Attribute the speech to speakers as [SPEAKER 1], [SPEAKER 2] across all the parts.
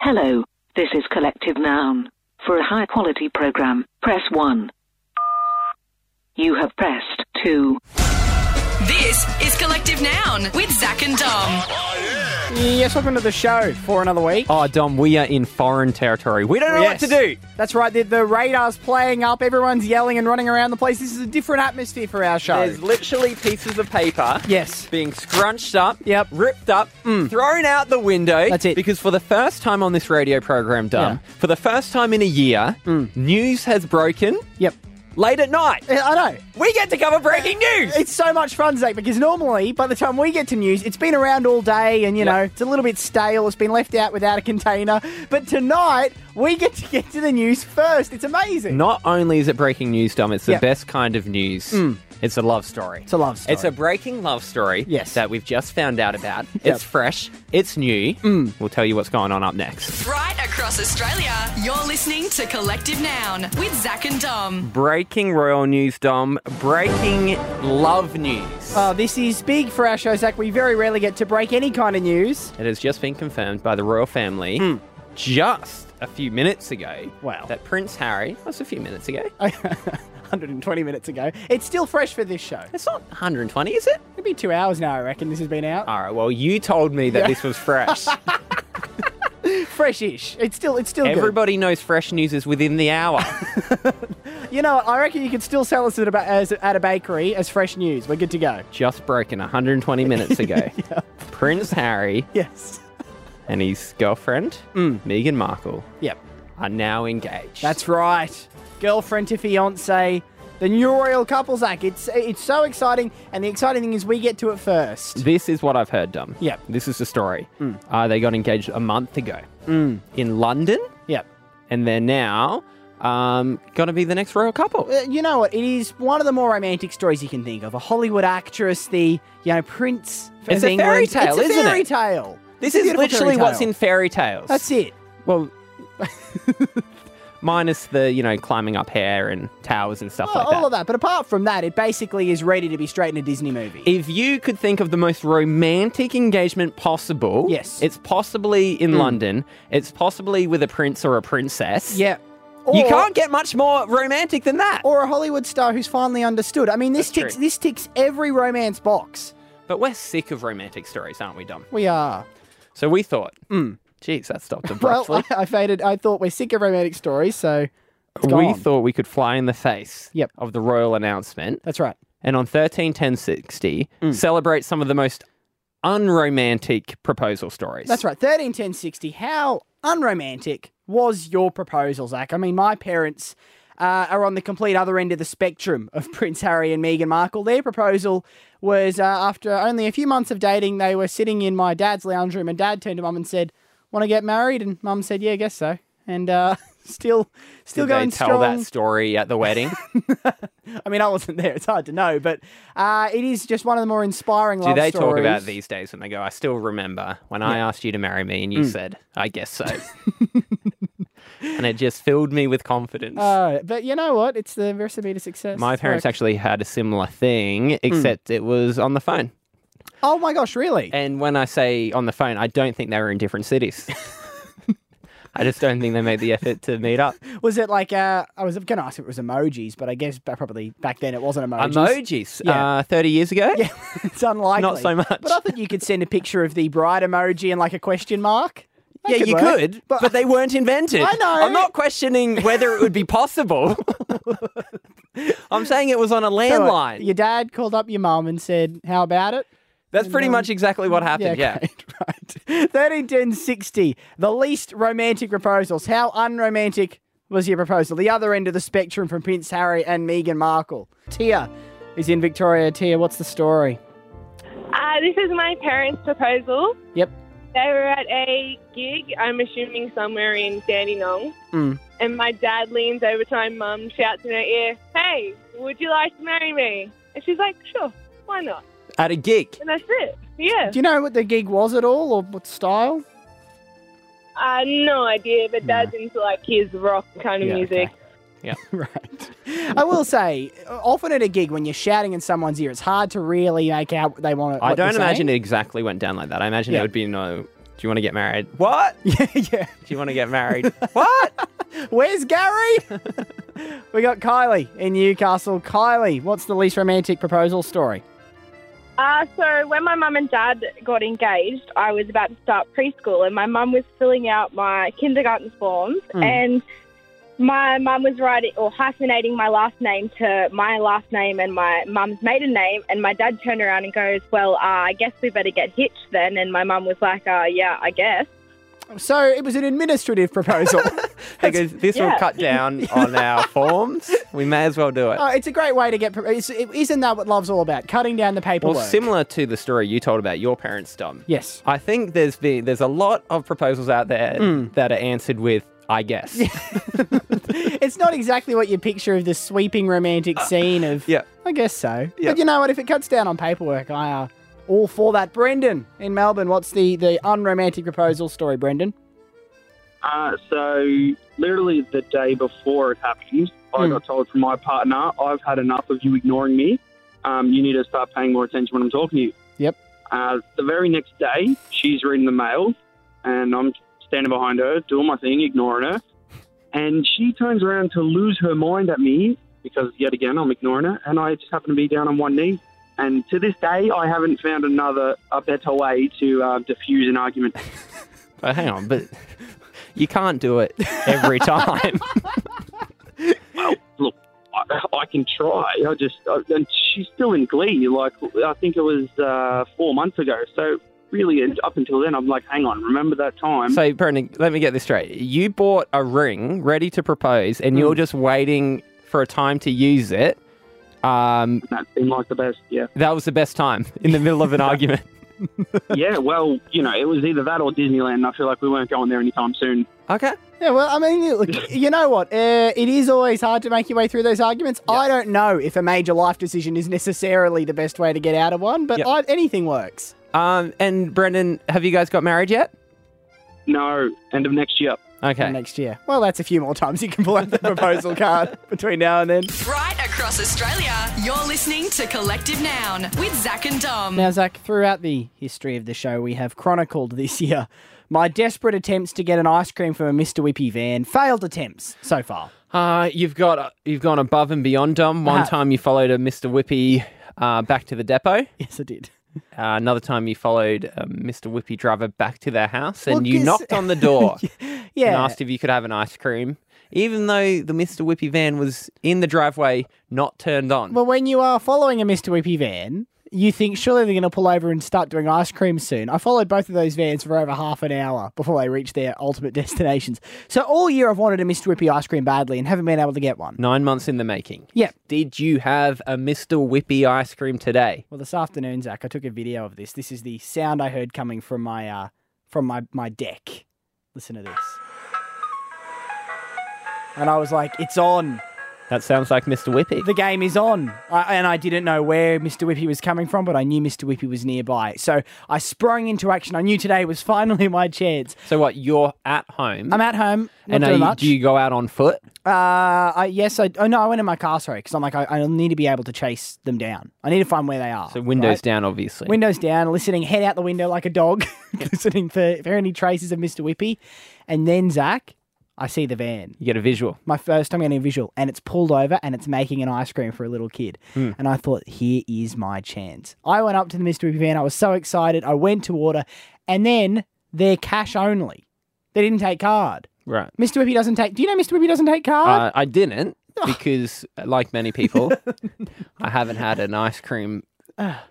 [SPEAKER 1] Hello, this is Collective Noun. For a high quality program, press 1. You have pressed 2.
[SPEAKER 2] This is Collective Noun with Zach and Dom.
[SPEAKER 3] Yes, welcome to the show for another week.
[SPEAKER 4] Oh, Dom, we are in foreign territory. We don't know
[SPEAKER 3] Yes.
[SPEAKER 4] what to do.
[SPEAKER 3] That's right, the, the radar's playing up, everyone's yelling and running around the place. This is a different atmosphere for our show.
[SPEAKER 4] There's literally pieces of paper.
[SPEAKER 3] Yes.
[SPEAKER 4] Being scrunched up,
[SPEAKER 3] Yep.
[SPEAKER 4] ripped up, thrown out the window.
[SPEAKER 3] That's it.
[SPEAKER 4] Because for the first time on this radio program, Dom,
[SPEAKER 3] Yeah.
[SPEAKER 4] for the first time in a year, news has broken
[SPEAKER 3] Yep.
[SPEAKER 4] late at night.
[SPEAKER 3] I- I know.
[SPEAKER 4] We get to cover breaking news.
[SPEAKER 3] It's so much fun, Zach, because normally by the time we get to news, it's been around all day and, you know, it's a little bit stale. It's been left out without a container. But tonight, we get to get to the news first. It's amazing.
[SPEAKER 4] Not only is it breaking news, Dom, it's the
[SPEAKER 3] Yep.
[SPEAKER 4] best kind of news. It's a love story.
[SPEAKER 3] It's a love story.
[SPEAKER 4] Mm. It's a breaking love story
[SPEAKER 3] Yes.
[SPEAKER 4] that we've just found out about.
[SPEAKER 3] Yep.
[SPEAKER 4] It's fresh, it's new. We'll tell you what's going on up next.
[SPEAKER 2] Right across Australia, you're listening to Collective Noun with Zach and Dom.
[SPEAKER 4] Breaking royal news, Dom. Breaking love news.
[SPEAKER 3] Uh, this is big for our show, Zach. We very rarely get to break any kind of news.
[SPEAKER 4] it has just been confirmed by the royal family just a few minutes ago.
[SPEAKER 3] Hmm. Wow.
[SPEAKER 4] That Prince Harry, that's a few minutes ago.
[SPEAKER 3] 120 minutes ago. It's still fresh for this show.
[SPEAKER 4] It's not 120, is it?
[SPEAKER 3] It'll be two hours now, I reckon. This has been out.
[SPEAKER 4] All right, well, you told me that this was fresh.
[SPEAKER 3] Fresh-ish. It's still, it's still
[SPEAKER 4] Everybody knows fresh news is within the hour.
[SPEAKER 3] good. You know, what? I reckon you could still sell us at a, ba- as, at a bakery as fresh news. We're good to go.
[SPEAKER 4] just broken 120 minutes ago. Prince Harry
[SPEAKER 3] Yes.
[SPEAKER 4] and his girlfriend, Meghan Markle,
[SPEAKER 3] Yep.
[SPEAKER 4] are now engaged.
[SPEAKER 3] Hmm. That's right. Girlfriend to fiance. The new royal couple, Zach. It's it's so exciting, and the exciting thing is we get to it first.
[SPEAKER 4] This is what I've heard, Dom.
[SPEAKER 3] Yep.
[SPEAKER 4] This is the story.
[SPEAKER 3] Hmm.
[SPEAKER 4] Uh, they got engaged a month ago in London,
[SPEAKER 3] Yep.
[SPEAKER 4] and they're now um, going to be the next royal couple.
[SPEAKER 3] Uh, you know what? It is one of the more romantic stories you can think of. A Hollywood actress, the you know prince.
[SPEAKER 4] It's
[SPEAKER 3] of
[SPEAKER 4] a fairy
[SPEAKER 3] England.
[SPEAKER 4] tale,
[SPEAKER 3] it's a
[SPEAKER 4] isn't
[SPEAKER 3] fairy
[SPEAKER 4] it?
[SPEAKER 3] Tale.
[SPEAKER 4] This
[SPEAKER 3] It's a
[SPEAKER 4] is
[SPEAKER 3] beautiful
[SPEAKER 4] literally
[SPEAKER 3] fairy
[SPEAKER 4] what's
[SPEAKER 3] tale.
[SPEAKER 4] in fairy tales.
[SPEAKER 3] That's it.
[SPEAKER 4] Well, minus the, you know, climbing up hair and towers and stuff
[SPEAKER 3] Oh,
[SPEAKER 4] like that.
[SPEAKER 3] all of that. But apart from that, it basically is ready to be straight in a Disney movie.
[SPEAKER 4] If you could think of the most romantic engagement possible,
[SPEAKER 3] Yes. Hmm.
[SPEAKER 4] it's possibly in London. It's possibly with a prince or a princess.
[SPEAKER 3] yeah.
[SPEAKER 4] you
[SPEAKER 3] Or-
[SPEAKER 4] can't get much more romantic than that.
[SPEAKER 3] Or a Hollywood star who's finally understood. I mean, this
[SPEAKER 4] That's
[SPEAKER 3] ticks
[SPEAKER 4] true.
[SPEAKER 3] this ticks every romance box.
[SPEAKER 4] but we're sick of romantic stories, aren't we, Dom?
[SPEAKER 3] We are.
[SPEAKER 4] So we thought, geez, that stopped abruptly.
[SPEAKER 3] Mm. Well, I, I faded. I thought we're sick of romantic stories, so it's
[SPEAKER 4] we
[SPEAKER 3] gone.
[SPEAKER 4] thought we could fly in the face
[SPEAKER 3] Yep.
[SPEAKER 4] of the royal announcement,
[SPEAKER 3] that's right.
[SPEAKER 4] and on thirteen ten sixty,
[SPEAKER 3] Mm.
[SPEAKER 4] celebrate some of the most unromantic proposal stories.
[SPEAKER 3] That's right. Thirteen ten sixty. How unromantic was your proposal, Zach? I mean, my parents uh, are on the complete other end of the spectrum of Prince Harry and Meghan Markle. Their proposal was uh, after only a few months of dating. They were sitting in my dad's lounge room, and Dad turned to Mum and said, "Want to get married?" And Mum said, "Yeah, I guess so." And uh, still, still
[SPEAKER 4] Did they
[SPEAKER 3] going
[SPEAKER 4] tell
[SPEAKER 3] strong.
[SPEAKER 4] that story at the wedding?
[SPEAKER 3] I mean, I wasn't there. It's hard to know, but uh, it is just one of the more inspiring.
[SPEAKER 4] Do
[SPEAKER 3] love
[SPEAKER 4] they talk about
[SPEAKER 3] stories.
[SPEAKER 4] these days when they go, I still remember when I asked you to marry me and you
[SPEAKER 3] Mm.
[SPEAKER 4] said, I guess so. and it just filled me with confidence.
[SPEAKER 3] Uh, but you know what? It's the recipe to success.
[SPEAKER 4] My
[SPEAKER 3] It's
[SPEAKER 4] parents
[SPEAKER 3] worked.
[SPEAKER 4] actually had a similar
[SPEAKER 3] Mm.
[SPEAKER 4] thing, except it was on the phone.
[SPEAKER 3] Oh my gosh, really?
[SPEAKER 4] And when I say on the phone, I don't think they were in different cities. I just don't think they made the effort to meet up.
[SPEAKER 3] Was it like uh, I was going to ask if it was emojis, but I guess ba- probably back then it wasn't emojis.
[SPEAKER 4] Emojis,
[SPEAKER 3] Yeah.
[SPEAKER 4] uh, 30 years ago?
[SPEAKER 3] Yeah, it's unlikely.
[SPEAKER 4] Not so much.
[SPEAKER 3] But I thought you could send a picture of the bride emoji and like a question mark. That
[SPEAKER 4] Yeah, you
[SPEAKER 3] work.
[SPEAKER 4] could,
[SPEAKER 3] But,
[SPEAKER 4] but, they weren't invented.
[SPEAKER 3] I know.
[SPEAKER 4] I'm not questioning whether it would be possible. I'm saying it was on a
[SPEAKER 3] So what,
[SPEAKER 4] landline.
[SPEAKER 3] Your dad called up your mum and said, "How about it?"
[SPEAKER 4] That's pretty much exactly what happened. Yeah.
[SPEAKER 3] great, right. Thirteen ten sixty. The least romantic proposals. How unromantic was your proposal? The other end of the spectrum from Prince Harry and Meghan Markle. Tia is in Victoria. Tia, what's the story?
[SPEAKER 5] Uh, this is my parents' proposal.
[SPEAKER 3] Yep.
[SPEAKER 5] They were at a gig, I'm assuming somewhere in Dandenong.
[SPEAKER 3] Mm.
[SPEAKER 5] And my dad leans over to my mum, shouts in her ear, Hey, would you like to marry me? And she's like, Sure, why not?
[SPEAKER 4] At a gig.
[SPEAKER 5] And that's it. Yeah.
[SPEAKER 3] Do you know what the gig was at all, or what style?
[SPEAKER 5] Uh, no idea, but dad's into like his rock kind of
[SPEAKER 3] Yeah,
[SPEAKER 5] music.
[SPEAKER 3] right. I will say, often at a gig, when you're shouting in someone's ear, it's hard to really make out what they want.
[SPEAKER 4] I don't imagine it exactly went down like that. I imagine
[SPEAKER 3] Yeah.
[SPEAKER 4] it would be no you want to get married? What? Do
[SPEAKER 3] yeah, yeah.
[SPEAKER 4] you want to get married? what?
[SPEAKER 3] Where's Gary? we got Kylie in Newcastle. Kylie, what's the least romantic proposal story?
[SPEAKER 5] Uh, so when my mum and dad got engaged, I was about to start preschool, and my mum was filling out my kindergarten forms,
[SPEAKER 3] Mm.
[SPEAKER 5] and my mum was writing or hyphenating my last name to my last name and my mum's maiden name, and my dad turned around and goes, "Well, uh, I guess we better get hitched then," and my mum was like, uh, "Yeah, I guess."
[SPEAKER 3] So it was an administrative proposal.
[SPEAKER 4] Because this will
[SPEAKER 5] yeah.
[SPEAKER 4] cut down on our forms. We may as well do it.
[SPEAKER 3] Oh, it's a great way to get. pro- it's- it- Isn't that what love's all about? Cutting down the
[SPEAKER 4] Well,
[SPEAKER 3] paperwork.
[SPEAKER 4] similar to the story you told about your parents, Dom.
[SPEAKER 3] Yes.
[SPEAKER 4] I think there's been, there's a lot of proposals out there that are answered with I guess.
[SPEAKER 3] It's not exactly what you picture of the sweeping romantic scene of.
[SPEAKER 4] yeah.
[SPEAKER 3] I guess so.
[SPEAKER 4] Yeah.
[SPEAKER 3] But you know what? If it cuts down on paperwork, I are all for that. Brendan in Melbourne, what's the the unromantic proposal story, Brendan?
[SPEAKER 6] Uh, so, literally the day before it happened, I
[SPEAKER 3] Hmm.
[SPEAKER 6] got told from my partner, I've had enough of you ignoring me. Um, you need to start paying more attention when I'm talking to you.
[SPEAKER 3] Yep.
[SPEAKER 6] Uh, the very next day, she's reading the mail, and I'm standing behind her, doing my thing, ignoring her. And she turns around to lose her mind at me because, yet again, I'm ignoring her, and I just happen to be down on one knee. And to this day, I haven't found another, a better way to uh, diffuse an argument.
[SPEAKER 4] But hang on, but you can't do it every time.
[SPEAKER 6] look, I, I can try. I just, I, and she's still in glee. Like, I think it was uh, four months ago. So, really, and up until then, I'm like, hang on, remember that time?
[SPEAKER 4] so, Brendan, let me get this straight. You bought a ring ready to propose, and you're just waiting for a time to use it. Um,
[SPEAKER 6] that seemed like the best, yeah.
[SPEAKER 4] that was the best time in the middle of an argument.
[SPEAKER 6] yeah, well, you know, it was either that or Disneyland. and I feel like we weren't going there anytime soon.
[SPEAKER 4] Okay.
[SPEAKER 3] Yeah, well, I mean, you- look, you know what? Uh, it is always hard to make your way through those arguments. I don't know if a major life decision is necessarily the best way to get out of one, but
[SPEAKER 4] Yep.
[SPEAKER 3] I, anything works.
[SPEAKER 4] Um, and Brendan, have you guys got married yet?
[SPEAKER 6] No, end of next year.
[SPEAKER 4] Okay.
[SPEAKER 3] Next year. Well, that's a few more times you can pull out the proposal card between now and then.
[SPEAKER 2] Right across Australia, you're listening to Collective Noun with Zach and Dom.
[SPEAKER 3] Now, Zach, throughout the history of the show, we have chronicled this year my desperate attempts to get an ice cream from a Mr. Whippy van. Failed attempts so far.
[SPEAKER 4] Uh, you've got you've gone above and beyond, Dom. One
[SPEAKER 3] have.
[SPEAKER 4] time you followed a Mr. Whippy uh, back to the depot.
[SPEAKER 3] Yes, I did.
[SPEAKER 4] Uh, another time you followed a Mr. Whippy driver back to their house, and
[SPEAKER 3] Well,
[SPEAKER 4] you
[SPEAKER 3] 'cause-
[SPEAKER 4] knocked on the door and
[SPEAKER 3] Yeah.
[SPEAKER 4] asked if you could have an ice cream, even though the Mr. Whippy van was in the driveway, not turned on.
[SPEAKER 3] Well, when you are following a Mr. Whippy van, you think surely they're going to pull over and start doing ice cream soon. I followed both of those vans for over half an hour before they reached their ultimate destinations. So all year I've wanted a Mr. Whippy ice cream badly and haven't been able to get one.
[SPEAKER 4] Nine months in the making.
[SPEAKER 3] Yep.
[SPEAKER 4] Did you have a Mr. Whippy ice cream today?
[SPEAKER 3] Well, this afternoon, Zach, I took a video of this. This is the sound I heard coming from my uh, from my my deck. Listen to this. And I was like, "It's on!
[SPEAKER 4] That sounds like Mr. Whippy.
[SPEAKER 3] The game is on!" I, and I didn't know where Mr. Whippy was coming from, but I knew Mr. Whippy was nearby. So I sprung into action. I knew today was finally my chance.
[SPEAKER 4] So what? You're at home.
[SPEAKER 3] I'm at home, not
[SPEAKER 4] and are
[SPEAKER 3] doing
[SPEAKER 4] you-
[SPEAKER 3] much.
[SPEAKER 4] do you go out on foot?
[SPEAKER 3] uh, I, yes, I. Oh no, I went in my car. Sorry, because I'm like, I, I need to be able to chase them down. I need to find where they are.
[SPEAKER 4] So windows
[SPEAKER 3] right?
[SPEAKER 4] down, obviously.
[SPEAKER 3] Windows down, listening, head out the window like a dog, listening for, for any traces of Mr. Whippy. And then, Zach, I see the van.
[SPEAKER 4] you get a visual.
[SPEAKER 3] My first time getting a visual, and it's pulled over and it's making an ice cream for a little kid. And I thought, here is my chance. I went up to the Mr. Whippy van. I was so excited. I went to order, and then they're cash only. They didn't take card.
[SPEAKER 4] Right.
[SPEAKER 3] Mr. Whippy doesn't take. Do you know Mr. Whippy doesn't take card?
[SPEAKER 4] Uh, I didn't
[SPEAKER 3] Oh.
[SPEAKER 4] because, uh, like many people, I haven't had an ice cream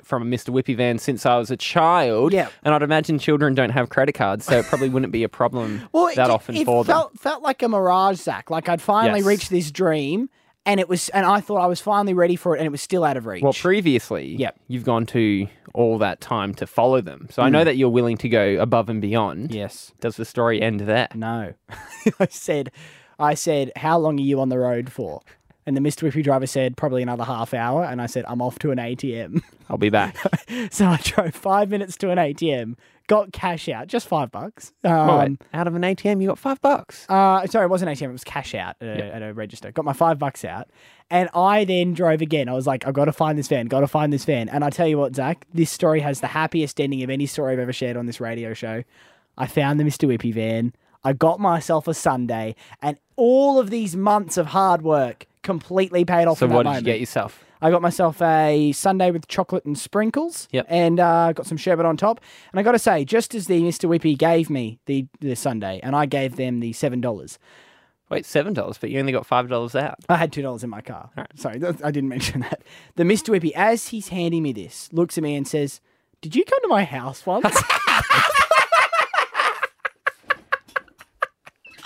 [SPEAKER 4] from a Mr. Whippy van since I was a child.
[SPEAKER 3] Ah. Yeah.
[SPEAKER 4] And I'd imagine children don't have credit cards, so it probably wouldn't be a problem
[SPEAKER 3] it
[SPEAKER 4] that
[SPEAKER 3] ju-
[SPEAKER 4] often
[SPEAKER 3] it
[SPEAKER 4] for them.
[SPEAKER 3] felt, felt like a mirage, Zach. Like I'd finally
[SPEAKER 4] Yes.
[SPEAKER 3] reached this dream, and it was, and I thought I was finally ready for it, and it was still out of reach.
[SPEAKER 4] Well, previously,
[SPEAKER 3] Yep.
[SPEAKER 4] you've gone to all that time to follow them. So I
[SPEAKER 3] Mm.
[SPEAKER 4] know that you're willing to go above and beyond.
[SPEAKER 3] yes,
[SPEAKER 4] Does the story end there?
[SPEAKER 3] no. I said, I said, how long are you on the road for? And the Mr. Whippy driver said, probably another half hour. And I said, I'm off to an ATM.
[SPEAKER 4] I'll be back.
[SPEAKER 3] so I drove five minutes to an ATM, got cash out, just five bucks.
[SPEAKER 4] Oh, wait,
[SPEAKER 3] Um,
[SPEAKER 4] out of an ATM, you got five bucks.
[SPEAKER 3] Uh, sorry, it wasn't ATM. It was cash out at a, at a register. Got my five bucks out, and I then drove again. I was like, I've got to find this van. Got to find this van. And I tell you what, Zach, this story has the happiest ending of any story I've ever shared on this radio show. I found the Mr. Whippy van. I got myself a Sunday, and all of these months of hard work completely paid off.
[SPEAKER 4] So
[SPEAKER 3] in that
[SPEAKER 4] what did you
[SPEAKER 3] moment.
[SPEAKER 4] get yourself?
[SPEAKER 3] I got myself a Sunday with chocolate and sprinkles.
[SPEAKER 4] Yep.
[SPEAKER 3] And uh, got some sherbet on top. And I got to say, just as the Mr. Whippy gave me the, the Sunday and I gave them the $7,
[SPEAKER 4] Wait, seven dollars, but you only got five dollars out.
[SPEAKER 3] I had $2 in my car. Sorry, that- I didn't mention that. The Mr. Whippy, as he's handing me this, looks at me and says, Did you come to my house once?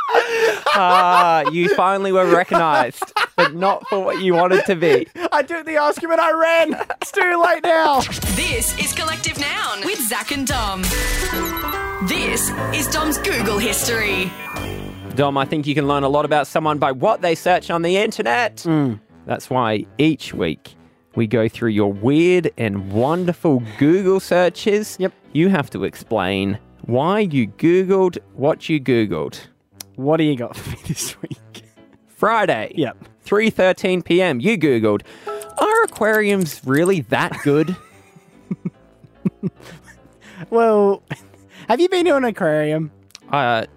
[SPEAKER 4] Ah, you finally were recognised, but not for what you wanted to be.
[SPEAKER 3] I took the ice cream and I ran. It's too late now.
[SPEAKER 2] This is Collective Noun with Zach and Dom. This is Dom's Google history.
[SPEAKER 4] Dom, I think you can learn a lot about someone by what they search on the internet.
[SPEAKER 3] Hmm.
[SPEAKER 4] That's why each week we go through your weird and wonderful Google searches.
[SPEAKER 3] Yep.
[SPEAKER 4] You have to explain why you Googled what you Googled.
[SPEAKER 3] What do you got for me this week?
[SPEAKER 4] Friday.
[SPEAKER 3] Yep.
[SPEAKER 4] 3:13 p.m. You googled, are aquariums really that good?
[SPEAKER 3] Well, have you been to an aquarium?
[SPEAKER 4] uh,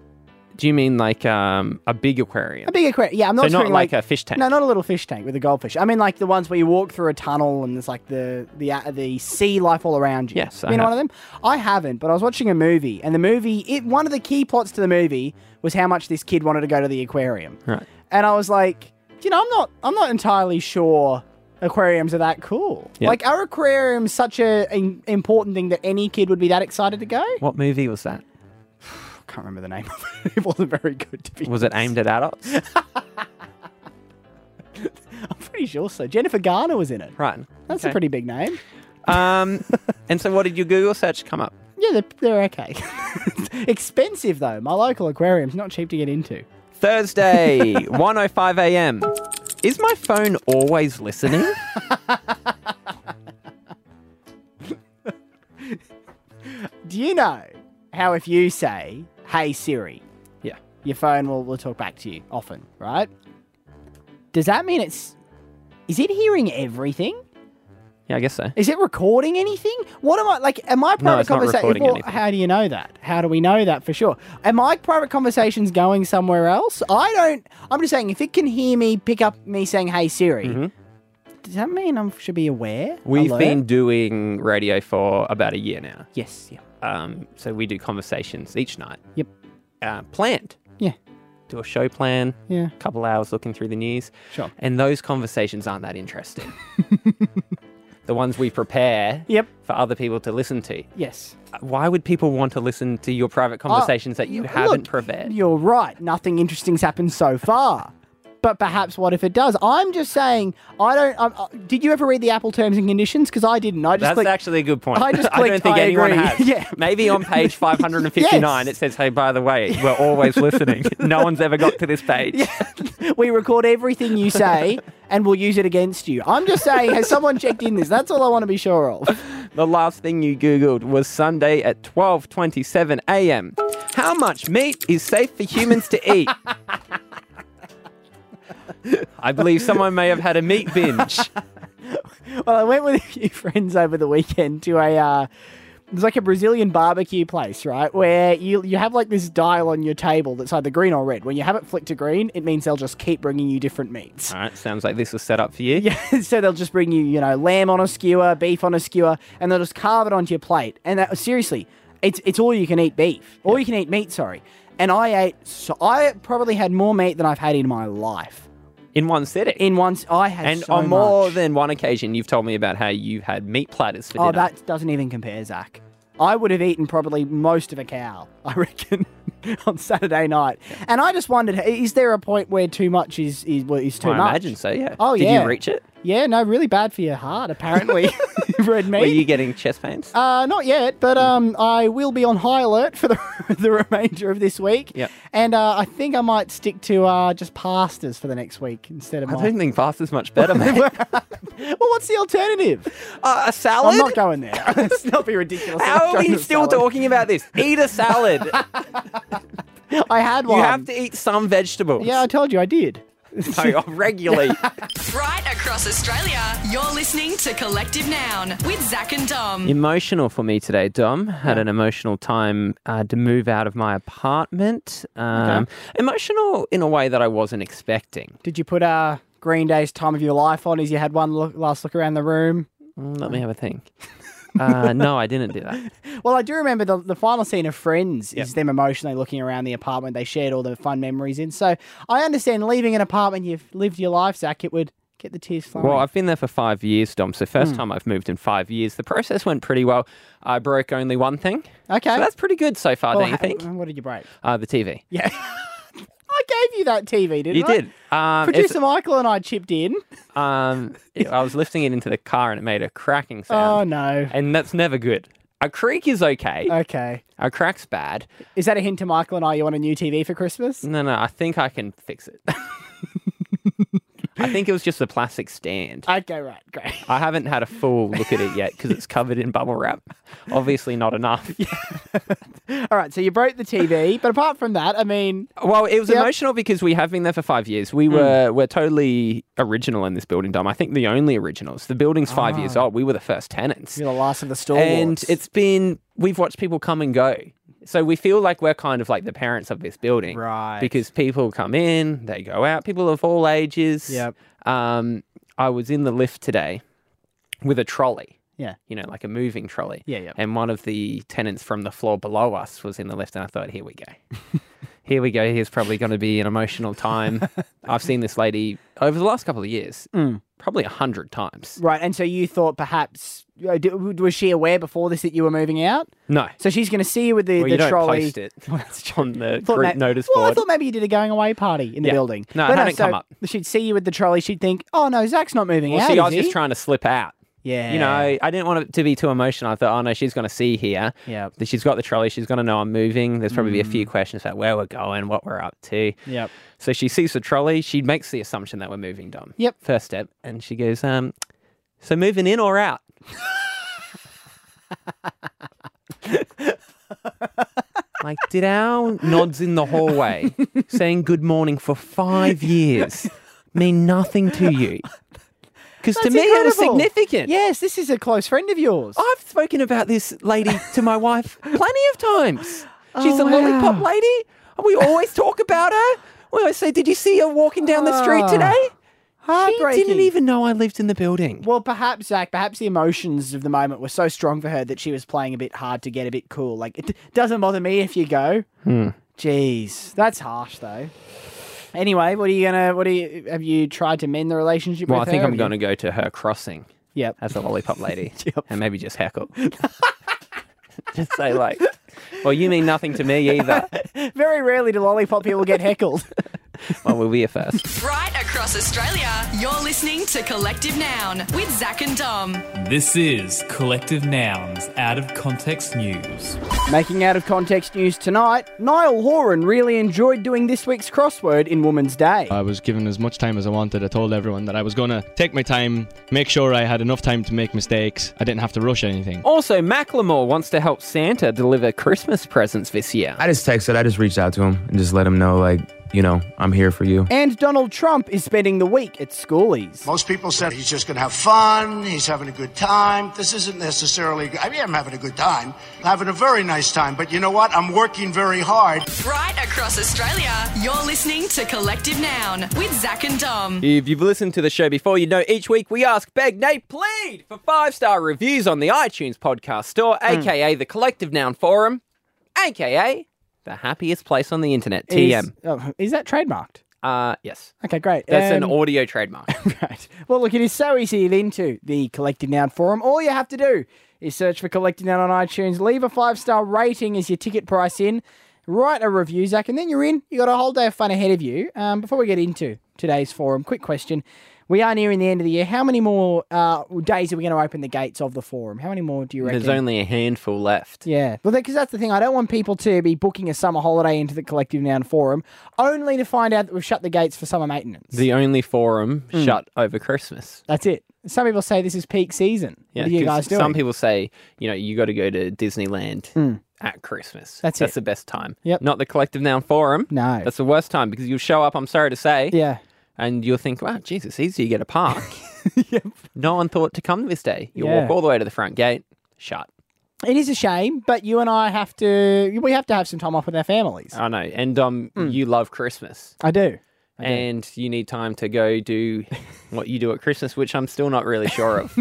[SPEAKER 4] do you mean like um, a big aquarium?
[SPEAKER 3] A big aquarium. Yeah, I'm not
[SPEAKER 4] So not
[SPEAKER 3] talking
[SPEAKER 4] like a fish tank?
[SPEAKER 3] No, not a little fish tank with a goldfish. I mean, like the ones where you walk through a tunnel and there's like the the uh, the sea life all around you.
[SPEAKER 4] Yes, I
[SPEAKER 3] you know
[SPEAKER 4] have.
[SPEAKER 3] one of them. I haven't, but I was watching a movie, and the movie it one of the key plots to the movie was how much this kid wanted to go to the aquarium.
[SPEAKER 4] Right.
[SPEAKER 3] And I was like, you know, I'm not I'm not entirely sure aquariums are that cool.
[SPEAKER 4] Yeah.
[SPEAKER 3] Like, are aquariums such a an important thing that any kid would be that excited to go?
[SPEAKER 4] What movie was that?
[SPEAKER 3] I can't remember the name of it. It wasn't very good to be.
[SPEAKER 4] Was it aimed at adults?
[SPEAKER 3] I'm pretty sure so. Jennifer Garner was in it.
[SPEAKER 4] right.
[SPEAKER 3] That's
[SPEAKER 4] Okay.
[SPEAKER 3] a pretty big name.
[SPEAKER 4] Um, and so, what did your Google search come up?
[SPEAKER 3] Yeah, they're, they're okay. Expensive though. My local aquarium's not cheap to get into.
[SPEAKER 4] Thursday, 1:05 a.m. Is my phone always listening?
[SPEAKER 3] Do you know how if you say "Hey Siri,"
[SPEAKER 4] yeah.
[SPEAKER 3] your phone will, will talk back to you often, right? Does that mean it's is it hearing everything?
[SPEAKER 4] Yeah, I guess so.
[SPEAKER 3] Is it recording anything? What am I like? Am I private
[SPEAKER 4] it's not recording
[SPEAKER 3] conversation?
[SPEAKER 4] anything.
[SPEAKER 3] how do you know that? How do we know that for sure? Am my private conversations going somewhere else? I don't. I'm just saying, if it can hear me, pick up me saying "Hey Siri," does that mean I should be aware?
[SPEAKER 4] Mm-hmm. We've
[SPEAKER 3] Alert?
[SPEAKER 4] been doing radio for about a year now.
[SPEAKER 3] yes, yeah,
[SPEAKER 4] Um, so we do conversations each night.
[SPEAKER 3] Yep.
[SPEAKER 4] Uh, planned.
[SPEAKER 3] yeah,
[SPEAKER 4] Do a show plan.
[SPEAKER 3] yeah.
[SPEAKER 4] couple hours looking through the news.
[SPEAKER 3] Sure.
[SPEAKER 4] And those conversations aren't that interesting. the ones we prepare
[SPEAKER 3] Yep.
[SPEAKER 4] for other people to listen to.
[SPEAKER 3] Yes. Ah,
[SPEAKER 4] Why would people want to listen to your private conversations that you
[SPEAKER 3] Uh, Look,
[SPEAKER 4] haven't prepared?
[SPEAKER 3] You're right. Nothing interesting's happened so far. But perhaps what if it does? I'm just saying. I don't. I'm, uh, did you ever read the Apple terms and conditions? Because I didn't. I just
[SPEAKER 4] That's
[SPEAKER 3] clicked.
[SPEAKER 4] actually a good point.
[SPEAKER 3] I just
[SPEAKER 4] don't
[SPEAKER 3] clicked,
[SPEAKER 4] think
[SPEAKER 3] I
[SPEAKER 4] anyone
[SPEAKER 3] agree.
[SPEAKER 4] has.
[SPEAKER 3] Yeah.
[SPEAKER 4] Maybe on page 559
[SPEAKER 3] Yes.
[SPEAKER 4] it says, hey, by the way, we're always listening. no one's ever got to this page.
[SPEAKER 3] we record everything you say and we'll use it against you. I'm just saying, has someone checked in this? That's all I want to be sure of.
[SPEAKER 4] The last thing you Googled was Sunday at 12.27 a.m. How much meat is safe for humans to eat? I believe someone may have had a meat binge.
[SPEAKER 3] Well, I went with a few friends over the weekend to a. Uh, it's like a Brazilian barbecue place, right? Where you you have like this dial on your table that's either green or red. When you have it flicked to green, it means they'll just keep bringing you different meats.
[SPEAKER 4] All right, sounds like this was set up for you.
[SPEAKER 3] Yeah, so they'll just bring you, you know, lamb on a skewer, beef on a skewer, and they'll just carve it onto your plate. And that seriously, it's it's all you can eat beef, all you can eat meat. Sorry, and I ate. So I probably had more meat than I've had in my life.
[SPEAKER 4] In one sitting.
[SPEAKER 3] In once I had
[SPEAKER 4] and
[SPEAKER 3] so
[SPEAKER 4] on more
[SPEAKER 3] much.
[SPEAKER 4] than one occasion, you've told me about how you had meat platters for
[SPEAKER 3] oh,
[SPEAKER 4] dinner.
[SPEAKER 3] that doesn't even compare, Zach. I would have eaten probably most of a cow, I reckon, on Saturday night. And I just wondered, is there a point where too much is is, well, is too
[SPEAKER 4] I
[SPEAKER 3] much?
[SPEAKER 4] imagine so, yeah.
[SPEAKER 3] Oh,
[SPEAKER 4] Did
[SPEAKER 3] yeah.
[SPEAKER 4] you reach it?
[SPEAKER 3] Yeah, no, really bad for your heart. Apparently, red meat.
[SPEAKER 4] Were you Hmm. getting chest pains?
[SPEAKER 3] Uh, not yet, but um, I will be on high alert for the, the remainder of this week.
[SPEAKER 4] Yep.
[SPEAKER 3] And uh, I think I might stick to uh, just pastas for the next week instead of
[SPEAKER 4] I
[SPEAKER 3] my.
[SPEAKER 4] don't think pasta's much better, mate.
[SPEAKER 3] well, what's the alternative?
[SPEAKER 4] uh, a salad?
[SPEAKER 3] I'm not going there. Let's not be ridiculous. I'm
[SPEAKER 4] how
[SPEAKER 3] not
[SPEAKER 4] are
[SPEAKER 3] going
[SPEAKER 4] we
[SPEAKER 3] to
[SPEAKER 4] still
[SPEAKER 3] salad.
[SPEAKER 4] talking about this? Eat a salad.
[SPEAKER 3] I had one.
[SPEAKER 4] You have to eat some vegetables.
[SPEAKER 3] Yeah, I told you I did.
[SPEAKER 4] pay off regularly.
[SPEAKER 2] Right across Australia, you're listening to Collective Noun with Zach and Dom.
[SPEAKER 4] emotional for me today, Dom. Had an emotional time. I had to move out of my apartment. Um, Emotional in a way that I wasn't expecting.
[SPEAKER 3] Did you put uh, Green Day's Time of Your Life on as you had one look, last look around the room?
[SPEAKER 4] Mm, Let me have a think. Uh, no, I didn't do that.
[SPEAKER 3] Well, I do remember the, the final scene of Friends is them emotionally looking around the apartment they shared all the fun memories in. So I understand leaving an apartment you've lived your life, Zach, it would get the tears flowing.
[SPEAKER 4] Well, I've been there for five years, Dom. So
[SPEAKER 3] Hmm.
[SPEAKER 4] first time I've moved in five years. The process went pretty well. I broke only one thing.
[SPEAKER 3] okay.
[SPEAKER 4] So that's pretty good so far,
[SPEAKER 3] Well,
[SPEAKER 4] don't you
[SPEAKER 3] ha-
[SPEAKER 4] think?
[SPEAKER 3] What did you break?
[SPEAKER 4] Uh, the TV.
[SPEAKER 3] Yeah. I gave you that TV, didn't
[SPEAKER 4] You
[SPEAKER 3] I?
[SPEAKER 4] did. Um, it's-
[SPEAKER 3] Producer Michael and I chipped in.
[SPEAKER 4] um, it- I was lifting it into the car and it made a cracking
[SPEAKER 3] Oh,
[SPEAKER 4] sound.
[SPEAKER 3] no. Uh,
[SPEAKER 4] And that's never good. A creak is okay.
[SPEAKER 3] Okay.
[SPEAKER 4] A crack's bad.
[SPEAKER 3] Is that a hint to Michael and I you want a new TV for Christmas?
[SPEAKER 4] No, no, I think I can fix it. I think it was just the plastic stand.
[SPEAKER 3] Okay, right. Great.
[SPEAKER 4] I haven't had a full look at it yet because it's covered in bubble wrap. Obviously, not enough.
[SPEAKER 3] All right, so you broke the TV, but apart from that, I mean,
[SPEAKER 4] Well, it was
[SPEAKER 3] Yep. Hmm.
[SPEAKER 4] emotional because we have been there for five years. We were we're totally original in this building, Dom. I think the only originals. The building's five years old. We were the first tenants,
[SPEAKER 3] Ah. you're the last of the stalwarts.
[SPEAKER 4] and it's been we've watched people come and go. So we feel like we're kind of like the parents of this building,
[SPEAKER 3] Right.
[SPEAKER 4] Because people come in, they go out. People of all ages.
[SPEAKER 3] Yep.
[SPEAKER 4] Um, I was in the lift today with a trolley
[SPEAKER 3] Yeah.
[SPEAKER 4] you know, like a moving trolley.
[SPEAKER 3] Yeah, yeah.
[SPEAKER 4] And one of the tenants from the floor below us was in the lift, and I thought, here we go. here we go. Here's probably going to be an emotional time. I've seen this lady over the last couple of years,
[SPEAKER 3] Mm.
[SPEAKER 4] probably a hundred times.
[SPEAKER 3] Right, and so you thought perhaps uh, d- was she aware before this that you were moving out?
[SPEAKER 4] No.
[SPEAKER 3] So she's going to see you with the,
[SPEAKER 4] Well,
[SPEAKER 3] the
[SPEAKER 4] you don't
[SPEAKER 3] trolley.
[SPEAKER 4] post it on the
[SPEAKER 3] Thought
[SPEAKER 4] group
[SPEAKER 3] ma-
[SPEAKER 4] notice
[SPEAKER 3] well,
[SPEAKER 4] board.
[SPEAKER 3] I thought maybe you did a going away party in the
[SPEAKER 4] Yeah.
[SPEAKER 3] building.
[SPEAKER 4] No, it
[SPEAKER 3] But uh,
[SPEAKER 4] hadn't come up.
[SPEAKER 3] She'd see you with the trolley. She'd think, "Oh no, Zach's not moving
[SPEAKER 4] Well,
[SPEAKER 3] out."
[SPEAKER 4] see,
[SPEAKER 3] is
[SPEAKER 4] I was
[SPEAKER 3] he?
[SPEAKER 4] just trying to slip out.
[SPEAKER 3] Yeah,
[SPEAKER 4] You know, I didn't want it to be too emotional. I thought, oh no, she's going to see here.
[SPEAKER 3] Yep.
[SPEAKER 4] that She's got the trolley. She's going to know I'm moving. There's probably be a few
[SPEAKER 3] Mm.
[SPEAKER 4] questions about where we're going, what we're up to.
[SPEAKER 3] Yep.
[SPEAKER 4] So she sees the trolley. She makes the assumption that we're moving, Dom.
[SPEAKER 3] Yep.
[SPEAKER 4] First step. And she goes, um, so moving in or out? like, did our nods in the hallway saying good morning for five years mean nothing to you? Because to
[SPEAKER 3] That's
[SPEAKER 4] me, it was
[SPEAKER 3] incredible.
[SPEAKER 4] significant.
[SPEAKER 3] Yes, this is a close friend of yours.
[SPEAKER 4] I've spoken about this lady to my wife plenty of times. She's
[SPEAKER 3] Oh,
[SPEAKER 4] a lollipop
[SPEAKER 3] wow.
[SPEAKER 4] lady. We always talk about her. We always say, Did you see her walking down the street
[SPEAKER 3] Ah,
[SPEAKER 4] today? She
[SPEAKER 3] Heartbreaking.
[SPEAKER 4] didn't even know I lived in the building.
[SPEAKER 3] Well, perhaps Zach. Perhaps the emotions of the moment were so strong for her that she was playing a bit hard to get a bit cool. Like it d- doesn't bother me if you go.
[SPEAKER 4] Hmm.
[SPEAKER 3] Jeez, that's harsh though. Anyway, what are you gonna? What are you? Have you tried to mend the relationship?
[SPEAKER 4] Well, I
[SPEAKER 3] with
[SPEAKER 4] think
[SPEAKER 3] her?
[SPEAKER 4] I'm
[SPEAKER 3] Have you-
[SPEAKER 4] going to go to her crossing
[SPEAKER 3] Yep.
[SPEAKER 4] as a lollipop lady
[SPEAKER 3] Yep.
[SPEAKER 4] and maybe just heckle. just say, like, Well, you mean nothing to me either.
[SPEAKER 3] Very rarely do lollipop people get heckled.
[SPEAKER 4] Well, we'll be here first.
[SPEAKER 2] Right across Australia, you're listening to Collective Noun with Zach and Dom.
[SPEAKER 7] This is Collective Nouns Out of Context News.
[SPEAKER 3] Making out of context news tonight, Niall Horan really enjoyed doing this week's crossword in Woman's Day.
[SPEAKER 8] I was given as much time as I wanted. I told everyone that I was going to take my time, make sure I had enough time to make mistakes. I didn't have to rush anything.
[SPEAKER 4] Also, Macklemore wants to help Santa deliver Christmas presents this year.
[SPEAKER 9] I just texted. I just reached out to him and just let him know, like, you know, I'm here for you.
[SPEAKER 3] and Donald Trump is spending the week at schoolies.
[SPEAKER 10] Most people said he's just going to have fun, he's having a good time. This isn't necessarily, I mean, I'm having a good time, I'm having a very nice time, but you know what? I'm working very hard.
[SPEAKER 2] Right across Australia, you're listening to Collective Noun with Zach and Dom.
[SPEAKER 4] If you've listened to the show before, you know each week we ask Beg Nate Plead for five star reviews on the iTunes podcast store,
[SPEAKER 3] Hmm.
[SPEAKER 4] aka the Collective Noun Forum, aka the happiest place on the internet,
[SPEAKER 3] Is,
[SPEAKER 4] TM.
[SPEAKER 3] oh, is that trademarked?
[SPEAKER 4] Uh, yes.
[SPEAKER 3] Okay, great.
[SPEAKER 4] That's an
[SPEAKER 3] Um,
[SPEAKER 4] audio trademark.
[SPEAKER 3] Right. Well, look, it is so easy to get into the Collective Noun Forum. All you have to do is search for Collective Noun on iTunes, leave a five star rating as your ticket price in, write a review, Zach, and then you're in. you got a whole day of fun ahead of you. Um, before we get into today's forum, quick question. We are nearing the end of the year. How many more uh, days are we going to open the gates of the forum? How many more do you reckon?
[SPEAKER 4] There's only a handful left.
[SPEAKER 3] Yeah, well, because that's the thing. I don't want people to be booking a summer holiday into the Collective Noun Forum only to find out that we've shut the gates for summer maintenance.
[SPEAKER 4] The only forum
[SPEAKER 3] Hmm.
[SPEAKER 4] shut over Christmas.
[SPEAKER 3] That's it. Some people say this is peak season.
[SPEAKER 4] Yeah,
[SPEAKER 3] what are you
[SPEAKER 4] 'cause
[SPEAKER 3] guys doing? Hmm.
[SPEAKER 4] Some people say, you know, you got to go to Disneyland at Christmas.
[SPEAKER 3] That's
[SPEAKER 4] That's
[SPEAKER 3] it.
[SPEAKER 4] the best time.
[SPEAKER 3] Yep.
[SPEAKER 4] Not the Collective Noun Forum.
[SPEAKER 3] No.
[SPEAKER 4] That's the worst time because you'll show up, I'm sorry to say,
[SPEAKER 3] yeah.
[SPEAKER 4] and you'll think, wow, Jesus, easy, you get a park. No one thought to come this day. You
[SPEAKER 3] Yeah.
[SPEAKER 4] walk all the way to the front gate, shut.
[SPEAKER 3] It is a shame, but you and I have to. We have to have some time off with our families.
[SPEAKER 4] I know. And um, you love Christmas.
[SPEAKER 3] Hmm. I do.
[SPEAKER 4] and you need time to go do what you do at Christmas, which I'm still not really sure of.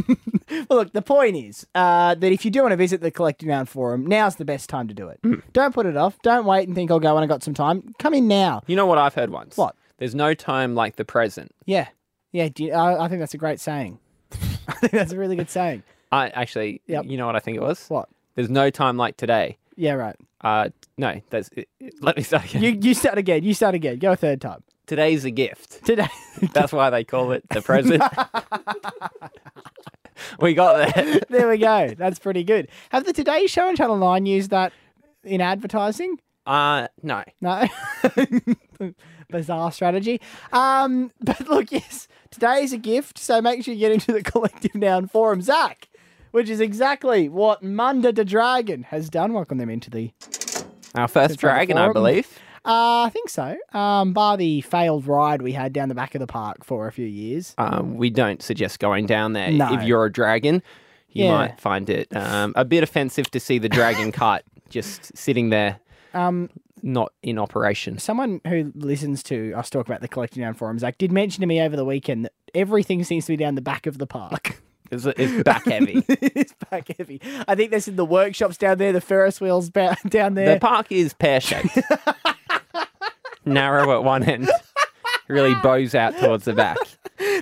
[SPEAKER 3] Well, look, the point is uh, that if you do want to visit the Collective Noun Forum, now's the best time to do it.
[SPEAKER 4] Mm.
[SPEAKER 3] Don't put it off. Don't wait and think I'll go when I got some time. Come in now.
[SPEAKER 4] you know what I've heard once?
[SPEAKER 3] What?
[SPEAKER 4] There's no time like the present.
[SPEAKER 3] Yeah, yeah. Do you, I, I think that's a great saying. I think that's a really good saying.
[SPEAKER 4] I actually,
[SPEAKER 3] Yep.
[SPEAKER 4] you know what I think it was?
[SPEAKER 3] What?
[SPEAKER 4] There's no time like today.
[SPEAKER 3] Yeah, right.
[SPEAKER 4] Uh, no, that's. It, it- let me start again.
[SPEAKER 3] You you start again. You start again. Go a third time
[SPEAKER 4] Today's a gift.
[SPEAKER 3] today.
[SPEAKER 4] That's why they call it the present. we got there.
[SPEAKER 3] there we go. That's pretty good. Have the Today Show and Channel Nine used that in advertising?
[SPEAKER 4] Uh, no.
[SPEAKER 3] No. Bizarre strategy. Um, but look, yes, today is a gift, so make sure you get into the collective noun forum, Zach, which is exactly what Munda the Dragon has done. Welcome them into the.
[SPEAKER 4] Our
[SPEAKER 3] on
[SPEAKER 4] first
[SPEAKER 3] the
[SPEAKER 4] dragon, I
[SPEAKER 3] forum.
[SPEAKER 4] believe.
[SPEAKER 3] Uh, I think so. Um, bar the failed ride we had down the back of the park for a few years.
[SPEAKER 4] Um, we don't suggest going down there.
[SPEAKER 3] No.
[SPEAKER 4] If you're a dragon, you
[SPEAKER 3] Yeah.
[SPEAKER 4] might find it um, a bit offensive to see the dragon cart just sitting there,
[SPEAKER 3] Um,
[SPEAKER 4] not in operation.
[SPEAKER 3] someone who listens to us talk about the collective noun forum, Zach, did mention to me over the weekend that everything seems to be down the back of the park.
[SPEAKER 4] It's, it's back heavy.
[SPEAKER 3] it's back heavy. I think this in the workshops down there, the Ferris wheels ba- down there.
[SPEAKER 4] The park is pear shaped, narrow at one end, really bows out towards the back.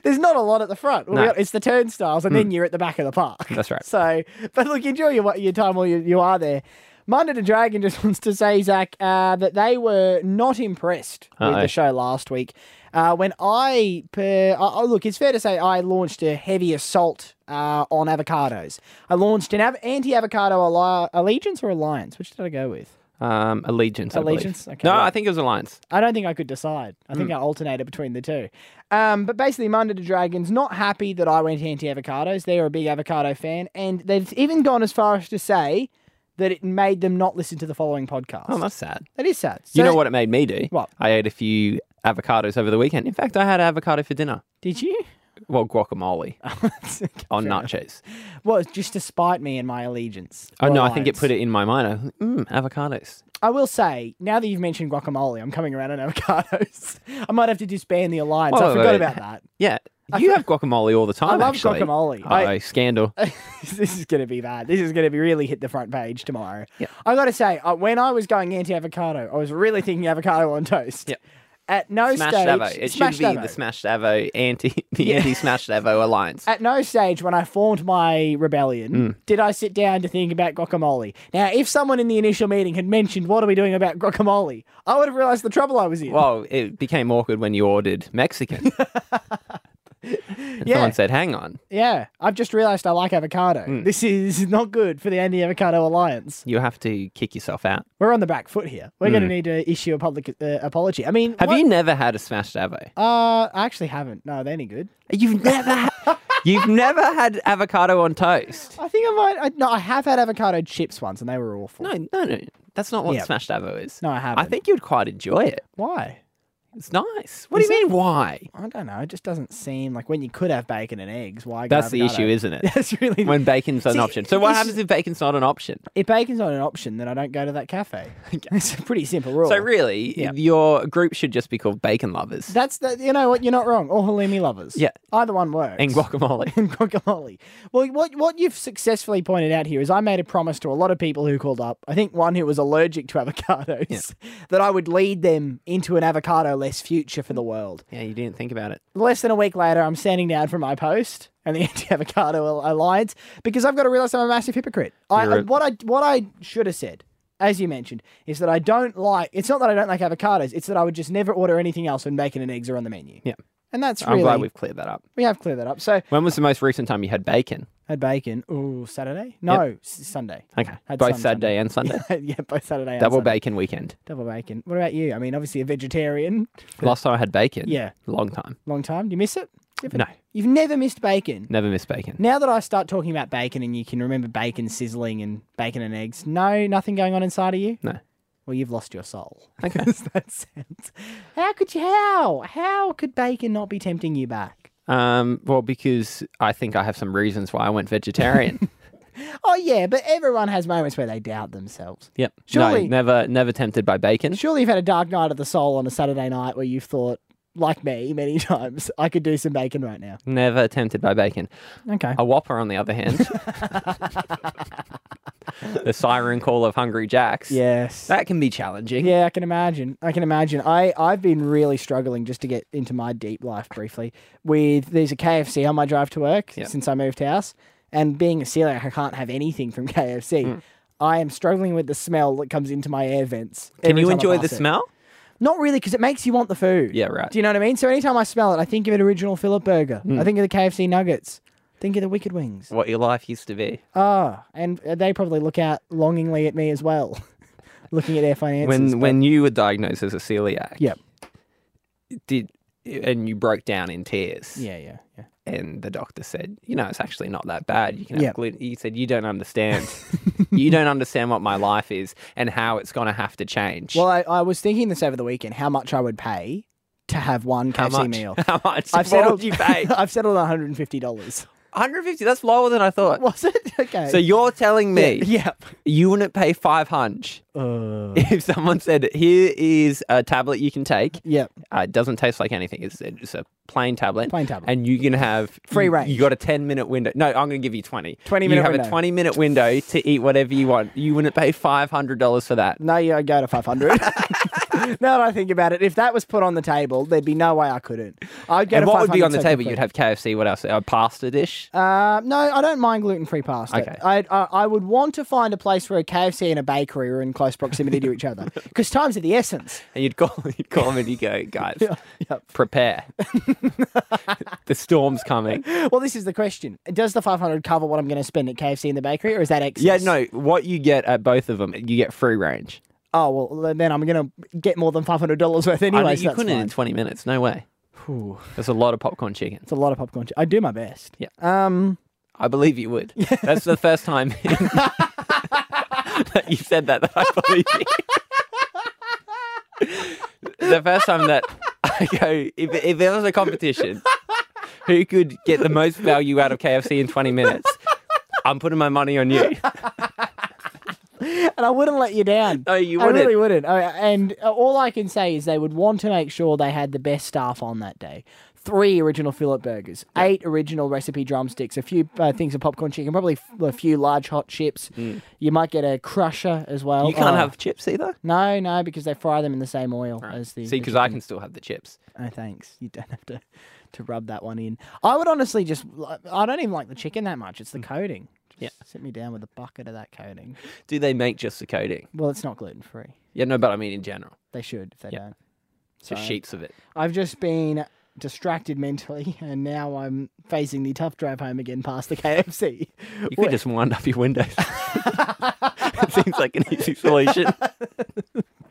[SPEAKER 3] There's not a lot at the front.
[SPEAKER 4] No. Hmm.
[SPEAKER 3] It's the turnstiles, and then you're at the back of the park.
[SPEAKER 4] That's right.
[SPEAKER 3] So, but look, enjoy your your time while you, you are there. Munda the Dragon just wants to say, Zach, uh, that they were not impressed with
[SPEAKER 4] Uh-oh.
[SPEAKER 3] the show last week. Uh, when I, per, oh, oh, look, it's fair to say I launched a heavy assault uh, on avocados. I launched an av- anti avocado alli- allegiance or alliance? Which did I go with?
[SPEAKER 4] Um, allegiance. I believe.
[SPEAKER 3] Allegiance? Okay,
[SPEAKER 4] no,
[SPEAKER 3] right.
[SPEAKER 4] I think it was alliance.
[SPEAKER 3] I don't think I could decide. I
[SPEAKER 4] Hmm.
[SPEAKER 3] think I alternated between the two. Um, but basically, Munda the Dragon's not happy that I went anti avocados. They are a big avocado fan, and they've even gone as far as to say that it made them not listen to the following podcast.
[SPEAKER 4] Oh, that's sad.
[SPEAKER 3] that is sad.
[SPEAKER 4] you
[SPEAKER 3] So-
[SPEAKER 4] know what it made me do?
[SPEAKER 3] What?
[SPEAKER 4] I ate a few avocados over the weekend. In fact, I had avocado for dinner.
[SPEAKER 3] Did you? Oh,
[SPEAKER 4] Well, guacamole on
[SPEAKER 3] Ah, Fair
[SPEAKER 4] nacho.
[SPEAKER 3] enough. Well, it's just to spite me and my allegiance.
[SPEAKER 4] Oh
[SPEAKER 3] or
[SPEAKER 4] no, I think it
[SPEAKER 3] alliance.
[SPEAKER 4] put it in my mind. I was like, Mm, avocados.
[SPEAKER 3] I will say, now that you've mentioned guacamole, I'm coming around on avocados. I might have to disband the alliance.
[SPEAKER 4] Whoa,
[SPEAKER 3] I
[SPEAKER 4] wait,
[SPEAKER 3] forgot
[SPEAKER 4] wait.
[SPEAKER 3] about that.
[SPEAKER 4] Yeah, you have guacamole all the time.
[SPEAKER 3] love
[SPEAKER 4] actually.
[SPEAKER 3] guacamole.
[SPEAKER 4] Oh,
[SPEAKER 3] I-
[SPEAKER 4] scandal.
[SPEAKER 3] this is going to be bad. This is going to be really hit the front page tomorrow.
[SPEAKER 4] Yeah.
[SPEAKER 3] I got to say, uh, when I was going anti-avocado, I was really thinking avocado on toast.
[SPEAKER 4] Yep.
[SPEAKER 3] At no
[SPEAKER 4] Smashed
[SPEAKER 3] stage,
[SPEAKER 4] avo. It
[SPEAKER 3] smashed
[SPEAKER 4] should be
[SPEAKER 3] avo.
[SPEAKER 4] the smashed avo anti the anti smashed avo alliance.
[SPEAKER 3] At no stage when I formed my rebellion
[SPEAKER 4] Mm.
[SPEAKER 3] did I sit down to think about guacamole. Now, if someone in the initial meeting had mentioned, "What are we doing about guacamole?" I would have realized the trouble I was in.
[SPEAKER 4] well, it became awkward when you ordered Mexican. And
[SPEAKER 3] Yeah.
[SPEAKER 4] Someone said, "Hang on,
[SPEAKER 3] yeah, I've just realized I like avocado.
[SPEAKER 4] Mm.
[SPEAKER 3] This is not good for the anti-avocado alliance.
[SPEAKER 4] you have to kick yourself out."
[SPEAKER 3] We're on the back foot here. We're going to need to issue a public uh, apology. I mean,
[SPEAKER 4] Mm. Have
[SPEAKER 3] what-
[SPEAKER 4] you never had a smashed avo?
[SPEAKER 3] Uh, I actually haven't. No, they're any good.
[SPEAKER 4] You've never, ha- you've never had avocado on toast.
[SPEAKER 3] I think I might. I, no, I have had avocado chips once, and they were awful.
[SPEAKER 4] No, no, no. That's not what
[SPEAKER 3] Yeah.
[SPEAKER 4] smashed avo is.
[SPEAKER 3] No, I
[SPEAKER 4] I
[SPEAKER 3] haven't.
[SPEAKER 4] think you'd quite enjoy it.
[SPEAKER 3] Why?
[SPEAKER 4] It's nice. What
[SPEAKER 3] Is
[SPEAKER 4] do you mean? Why?
[SPEAKER 3] I don't know. It just doesn't seem like when you could have bacon and eggs. Why? go
[SPEAKER 4] That's the
[SPEAKER 3] avocado?
[SPEAKER 4] issue, isn't it?
[SPEAKER 3] That's really
[SPEAKER 4] when bacon's an
[SPEAKER 3] See,
[SPEAKER 4] option. So what
[SPEAKER 3] this-
[SPEAKER 4] happens if bacon's not an option?
[SPEAKER 3] if bacon's not an option, then I don't go to that cafe. it's a pretty simple rule.
[SPEAKER 4] So really,
[SPEAKER 3] Yeah.
[SPEAKER 4] your group should just be called bacon lovers
[SPEAKER 3] that's the. You know what? You're not wrong. Or halloumi lovers.
[SPEAKER 4] Yeah.
[SPEAKER 3] either one works.
[SPEAKER 4] and guacamole.
[SPEAKER 3] and guacamole. Well, what what you've successfully pointed out here is I made a promise to a lot of people who called up. I think one who was allergic to avocados that I would lead them into an avocado-less future for the world.
[SPEAKER 4] yeah, you didn't think about it.
[SPEAKER 3] Less than a week later, I'm standing down for my post and the anti-avocado alliance because I've got to realize I'm a massive hypocrite. I, I what I what I should have said. As you mentioned, is that I don't like. It's not that I don't like avocados. It's that I would just never order anything else when bacon and eggs are on the menu.
[SPEAKER 4] Yeah.
[SPEAKER 3] and that's
[SPEAKER 4] I'm
[SPEAKER 3] really
[SPEAKER 4] glad we've cleared that up.
[SPEAKER 3] we have cleared that up. So
[SPEAKER 4] When was the most recent time you had bacon?
[SPEAKER 3] had bacon. Ooh, Saturday? No, s- Sunday.
[SPEAKER 4] Okay,
[SPEAKER 3] Had
[SPEAKER 4] both
[SPEAKER 3] some
[SPEAKER 4] Saturday and Sunday.
[SPEAKER 3] yeah, both Saturday and
[SPEAKER 4] Double
[SPEAKER 3] Sunday.
[SPEAKER 4] bacon weekend.
[SPEAKER 3] Double bacon. What about you? I mean, obviously a vegetarian.
[SPEAKER 4] Last time I had bacon.
[SPEAKER 3] Yeah.
[SPEAKER 4] long time.
[SPEAKER 3] Long time. Do you miss it? Different-
[SPEAKER 4] No.
[SPEAKER 3] You've never missed bacon.
[SPEAKER 4] Never miss bacon.
[SPEAKER 3] Now that I start talking about bacon and you can remember bacon sizzling and bacon and eggs, no, nothing going on inside of you?
[SPEAKER 4] No.
[SPEAKER 3] Well, you've lost your soul. Okay. that sounds. How could you? How? How could bacon not be tempting you back?
[SPEAKER 4] Um, well, because I think I have some reasons why I went vegetarian.
[SPEAKER 3] Oh yeah, but everyone has moments where they doubt themselves.
[SPEAKER 4] yep.
[SPEAKER 3] Surely-
[SPEAKER 4] No, never, never tempted by bacon.
[SPEAKER 3] Surely you've had a dark night of the soul on a Saturday night where you've thought, like me, many times, I could do some bacon right now.
[SPEAKER 4] Never tempted by bacon.
[SPEAKER 3] Okay.
[SPEAKER 4] A Whopper, on the other hand, the siren call of Hungry Jack's.
[SPEAKER 3] Yes.
[SPEAKER 4] That can be challenging.
[SPEAKER 3] Yeah, I can imagine. I can imagine. I, I've been really struggling just to get into my deep life briefly with there's a KFC on my drive to work
[SPEAKER 4] Yep.
[SPEAKER 3] since I moved house. And being a celiac, I can't have anything from KFC.
[SPEAKER 4] Hmm.
[SPEAKER 3] I am struggling with the smell that comes into my air vents.
[SPEAKER 4] Can
[SPEAKER 3] every
[SPEAKER 4] you
[SPEAKER 3] time I
[SPEAKER 4] enjoy the
[SPEAKER 3] pass it.
[SPEAKER 4] smell?
[SPEAKER 3] Not really, because it makes you want the food.
[SPEAKER 4] Yeah, right. Hmm.
[SPEAKER 3] Do you know what I mean? So anytime I smell it, I think of an original Philip burger. I think of the KFC nuggets. Think of the Wicked Wings.
[SPEAKER 4] What your life used to be.
[SPEAKER 3] Ah, and they probably look out longingly at me as well, looking at their finances.
[SPEAKER 4] when
[SPEAKER 3] but-
[SPEAKER 4] when you were diagnosed as a celiac,
[SPEAKER 3] Yep.
[SPEAKER 4] did and you broke down in tears.
[SPEAKER 3] Yeah, yeah, yeah.
[SPEAKER 4] And the doctor said, you know, it's actually not that bad. You can
[SPEAKER 3] Yeah.
[SPEAKER 4] have gluten. He said, you don't understand. you don't understand what my life is and how it's going to have to change.
[SPEAKER 3] Well, I, I was thinking this over the weekend, how much I would pay to have one
[SPEAKER 4] how
[SPEAKER 3] KFC
[SPEAKER 4] much?
[SPEAKER 3] meal.
[SPEAKER 4] How much?
[SPEAKER 3] I've
[SPEAKER 4] what
[SPEAKER 3] settled,
[SPEAKER 4] would you pay?
[SPEAKER 3] I've settled on $150.
[SPEAKER 4] 150. That's lower than I thought.
[SPEAKER 3] Was it? Okay.
[SPEAKER 4] Uh, So you're telling me
[SPEAKER 3] Yep.
[SPEAKER 4] you wouldn't pay 500
[SPEAKER 3] Uh,
[SPEAKER 4] if someone said, here is a tablet you can take.
[SPEAKER 3] yep.
[SPEAKER 4] Uh, it doesn't taste like anything. It's, it's a plain tablet.
[SPEAKER 3] Plain tablet.
[SPEAKER 4] And you can have
[SPEAKER 3] Free
[SPEAKER 4] you-
[SPEAKER 3] range.
[SPEAKER 4] You got a ten minute window. No, I'm going to give you twenty.
[SPEAKER 3] 20
[SPEAKER 4] You
[SPEAKER 3] minute
[SPEAKER 4] have
[SPEAKER 3] window.
[SPEAKER 4] a twenty minute window to eat whatever you want. You wouldn't pay five hundred dollars for that.
[SPEAKER 3] No, yeah, I'd go to 500. now that I think about it, if that was put on the table, there'd be no way I couldn't. I'd go to
[SPEAKER 4] and what would be
[SPEAKER 3] 500
[SPEAKER 4] on the
[SPEAKER 3] so
[SPEAKER 4] table?
[SPEAKER 3] quickly.
[SPEAKER 4] You'd have KFC. What else? A pasta dish.
[SPEAKER 3] Uh, no, I don't mind gluten-free pasta.
[SPEAKER 4] Okay.
[SPEAKER 3] I, I I would want to find a place where a KFC and a bakery are in close proximity to each other because times are the essence.
[SPEAKER 4] And you'd call, you'd call them and you go, guys,
[SPEAKER 3] Yep.
[SPEAKER 4] prepare. the storm's coming.
[SPEAKER 3] Well, this is the question: Does the five hundred cover what I'm going to spend at KFC and the bakery, or is that excess?
[SPEAKER 4] Yeah, no. What you get at both of them, you get free range.
[SPEAKER 3] Oh well, then I'm going to get more than five hundred dollars worth
[SPEAKER 4] I
[SPEAKER 3] anyway.
[SPEAKER 4] mean,
[SPEAKER 3] so
[SPEAKER 4] you
[SPEAKER 3] that's
[SPEAKER 4] couldn't
[SPEAKER 3] fine.
[SPEAKER 4] in twenty minutes. No way.
[SPEAKER 3] Whew.
[SPEAKER 4] That's a lot of popcorn chicken.
[SPEAKER 3] It's a lot of popcorn. I do my best.
[SPEAKER 4] Yeah.
[SPEAKER 3] Um.
[SPEAKER 4] I believe you would. That's the first time that you said that that I believe you. the first time that I go, if, if there was a competition, who could get the most value out of KFC in 20 minutes? I'm putting my money on you.
[SPEAKER 3] and I wouldn't let you down.
[SPEAKER 4] No, you
[SPEAKER 3] I
[SPEAKER 4] wouldn't.
[SPEAKER 3] really wouldn't. I- And uh, all I can say is they would want to make sure they had the best staff on that day. Three original fillet burgers, eight original recipe drumsticks, a few uh, things of popcorn chicken, probably f- a few large hot chips. You might get a crusher as well.
[SPEAKER 4] Mm. You
[SPEAKER 3] Oh,
[SPEAKER 4] can't have chips either.
[SPEAKER 3] No, no, because they fry them in the same oil as the.
[SPEAKER 4] See,
[SPEAKER 3] the
[SPEAKER 4] because I can still have the chips.
[SPEAKER 3] Oh, thanks. You don't have to to rub that one in. I would honestly just. I don't even like the chicken that much. It's the coating. Just
[SPEAKER 4] Mm. Yeah.
[SPEAKER 3] Sit me down with a bucket of that coating.
[SPEAKER 4] Do they make just the coating?
[SPEAKER 3] Well, it's not gluten free.
[SPEAKER 4] Yeah, no, but I mean in general.
[SPEAKER 3] They should if they don't.
[SPEAKER 4] So sheets of it.
[SPEAKER 3] I've just been distracted mentally, and now I'm facing the tough drive home again past the KFC.
[SPEAKER 4] You could just wind up your windows. it seems like an easy solution.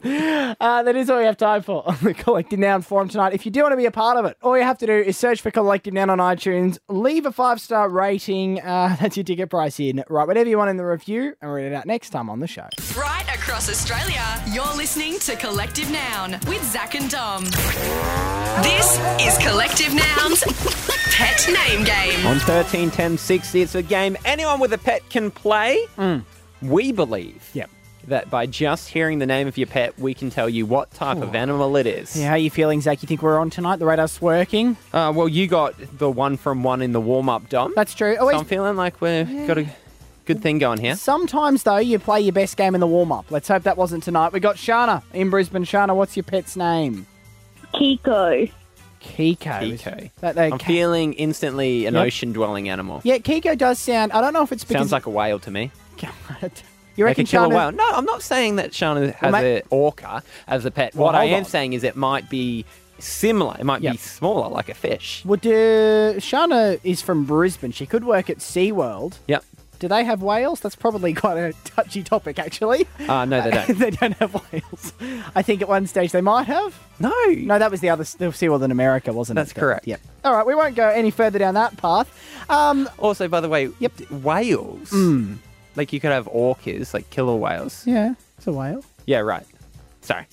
[SPEAKER 3] Uh, that is all we have time for on the Collective Noun forum tonight. If you do want to be a part of it, all you have to do is search for Collective Noun on iTunes, leave a five star rating. Uh, that's your ticket price in. Write whatever you want in the review, and we'll read it out next time on the show.
[SPEAKER 2] Right across Australia, you're listening to Collective Noun with Zach and Dom. This is Collective Noun's Pet Name Game.
[SPEAKER 4] On 13, 10, 60, it's a game anyone with a pet can play. We believe
[SPEAKER 3] Mm. Yep.
[SPEAKER 4] that by just hearing the name of your pet, we can tell you what type of animal it is.
[SPEAKER 3] Yeah, how are you feeling, Zach? You think we're on tonight? The radar's working?
[SPEAKER 4] Uh, well, you got the one from one in the warm up, Dom.
[SPEAKER 3] That's true.
[SPEAKER 4] so
[SPEAKER 3] Always.
[SPEAKER 4] I'm feeling like we've got a good thing going here.
[SPEAKER 3] Sometimes, though, you play your best game in the warm up. Let's hope that wasn't tonight. We got Shana in Brisbane. Shana, what's your pet's name?
[SPEAKER 5] Kiko.
[SPEAKER 3] Kiko.
[SPEAKER 4] Kiko.
[SPEAKER 3] That, that
[SPEAKER 4] I'm
[SPEAKER 3] ca-
[SPEAKER 4] feeling instantly an
[SPEAKER 3] Yep.
[SPEAKER 4] ocean dwelling animal.
[SPEAKER 3] yeah, Kiko does sound. I don't know if it's because.
[SPEAKER 4] Sounds like a whale to me.
[SPEAKER 3] you
[SPEAKER 4] Like a
[SPEAKER 3] reckon
[SPEAKER 4] killer
[SPEAKER 3] Shana?
[SPEAKER 4] whale. No, I'm not saying that Shana has
[SPEAKER 3] mate-
[SPEAKER 4] an orca as a pet.
[SPEAKER 3] Well,
[SPEAKER 4] what I
[SPEAKER 3] hold
[SPEAKER 4] am
[SPEAKER 3] on.
[SPEAKER 4] saying is it might be similar. It might
[SPEAKER 3] Yep.
[SPEAKER 4] be smaller, like a fish.
[SPEAKER 3] Would uh, Shana is from Brisbane. She could work at SeaWorld.
[SPEAKER 4] Yep.
[SPEAKER 3] Do they have whales? That's probably quite a touchy topic, actually.
[SPEAKER 4] Uh, no, they don't.
[SPEAKER 3] they don't have whales. I think at one stage they might have.
[SPEAKER 4] No.
[SPEAKER 3] No, that was the other the SeaWorld in America, wasn't
[SPEAKER 4] That's
[SPEAKER 3] it?
[SPEAKER 4] correct.
[SPEAKER 3] Yep. All right, we won't go any further down that path. Um,
[SPEAKER 4] Also, by the way, yep. whales. Like you could have orcas, like killer whales.
[SPEAKER 3] Mm. yeah, it's a whale.
[SPEAKER 4] Yeah, right. Sorry.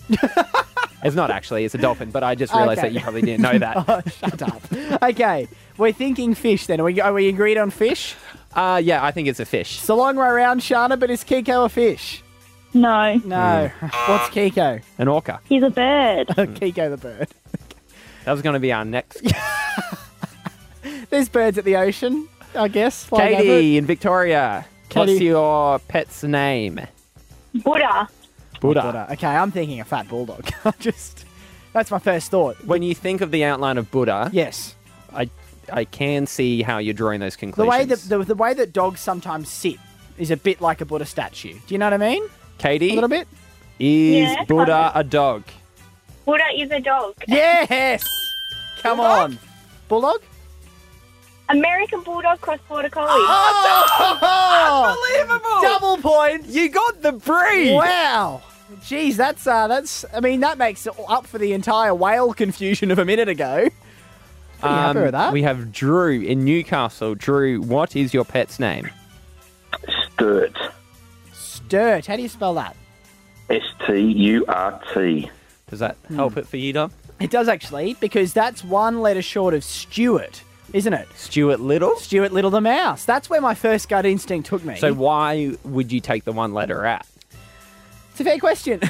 [SPEAKER 4] it's not actually, it's a dolphin, but I just realized
[SPEAKER 3] Okay.
[SPEAKER 4] that you probably didn't know that.
[SPEAKER 3] Oh, shut up. Okay, we're thinking fish then. Are we, are we agreed on fish?
[SPEAKER 4] Uh, yeah, I think it's a fish.
[SPEAKER 3] It's a long way around, Shana, but is Kiko a fish?
[SPEAKER 11] No.
[SPEAKER 3] No. What's Kiko?
[SPEAKER 4] An orca.
[SPEAKER 11] He's a bird.
[SPEAKER 3] Kiko the bird.
[SPEAKER 4] That was going to be our next.
[SPEAKER 3] There's birds at the ocean, I guess. flying over it.
[SPEAKER 4] Katie in Victoria. What's
[SPEAKER 3] Katie.
[SPEAKER 4] your pet's name?
[SPEAKER 11] Buddha.
[SPEAKER 4] Buddha.
[SPEAKER 3] Okay, I'm thinking a fat bulldog. I just that's my first thought.
[SPEAKER 4] When you think of the outline of Buddha,
[SPEAKER 3] yes,
[SPEAKER 4] I I can see how you're drawing those
[SPEAKER 3] The
[SPEAKER 4] conclusions.
[SPEAKER 3] way that the, the way that dogs sometimes sit is a bit like a Buddha statue. Do you know what I mean?
[SPEAKER 4] Katie
[SPEAKER 3] A little bit.
[SPEAKER 4] is
[SPEAKER 11] Yeah.
[SPEAKER 4] Buddha a dog?
[SPEAKER 11] Buddha is a dog.
[SPEAKER 3] Yes. Come on. Bulldog.
[SPEAKER 11] American Bulldog cross border collie.
[SPEAKER 3] Oh, Double point.
[SPEAKER 4] You got the breed.
[SPEAKER 3] Wow. Jeez, that's uh, that's. I mean, that makes it up for the entire whale confusion of a minute ago. Pretty happy with that.
[SPEAKER 4] Um, We have Drew in Newcastle. Drew, what is your pet's name?
[SPEAKER 12] Sturt.
[SPEAKER 3] Sturt. How do you spell that?
[SPEAKER 12] S T U R T.
[SPEAKER 4] Does that
[SPEAKER 3] Hmm.
[SPEAKER 4] help it for you, Dom?
[SPEAKER 3] It does actually, because that's one letter short of Stuart, isn't it?
[SPEAKER 4] Stuart Little.
[SPEAKER 3] Stuart Little the mouse. That's where my first gut instinct took me.
[SPEAKER 4] So why would you take the one letter out?
[SPEAKER 3] It's a fair question.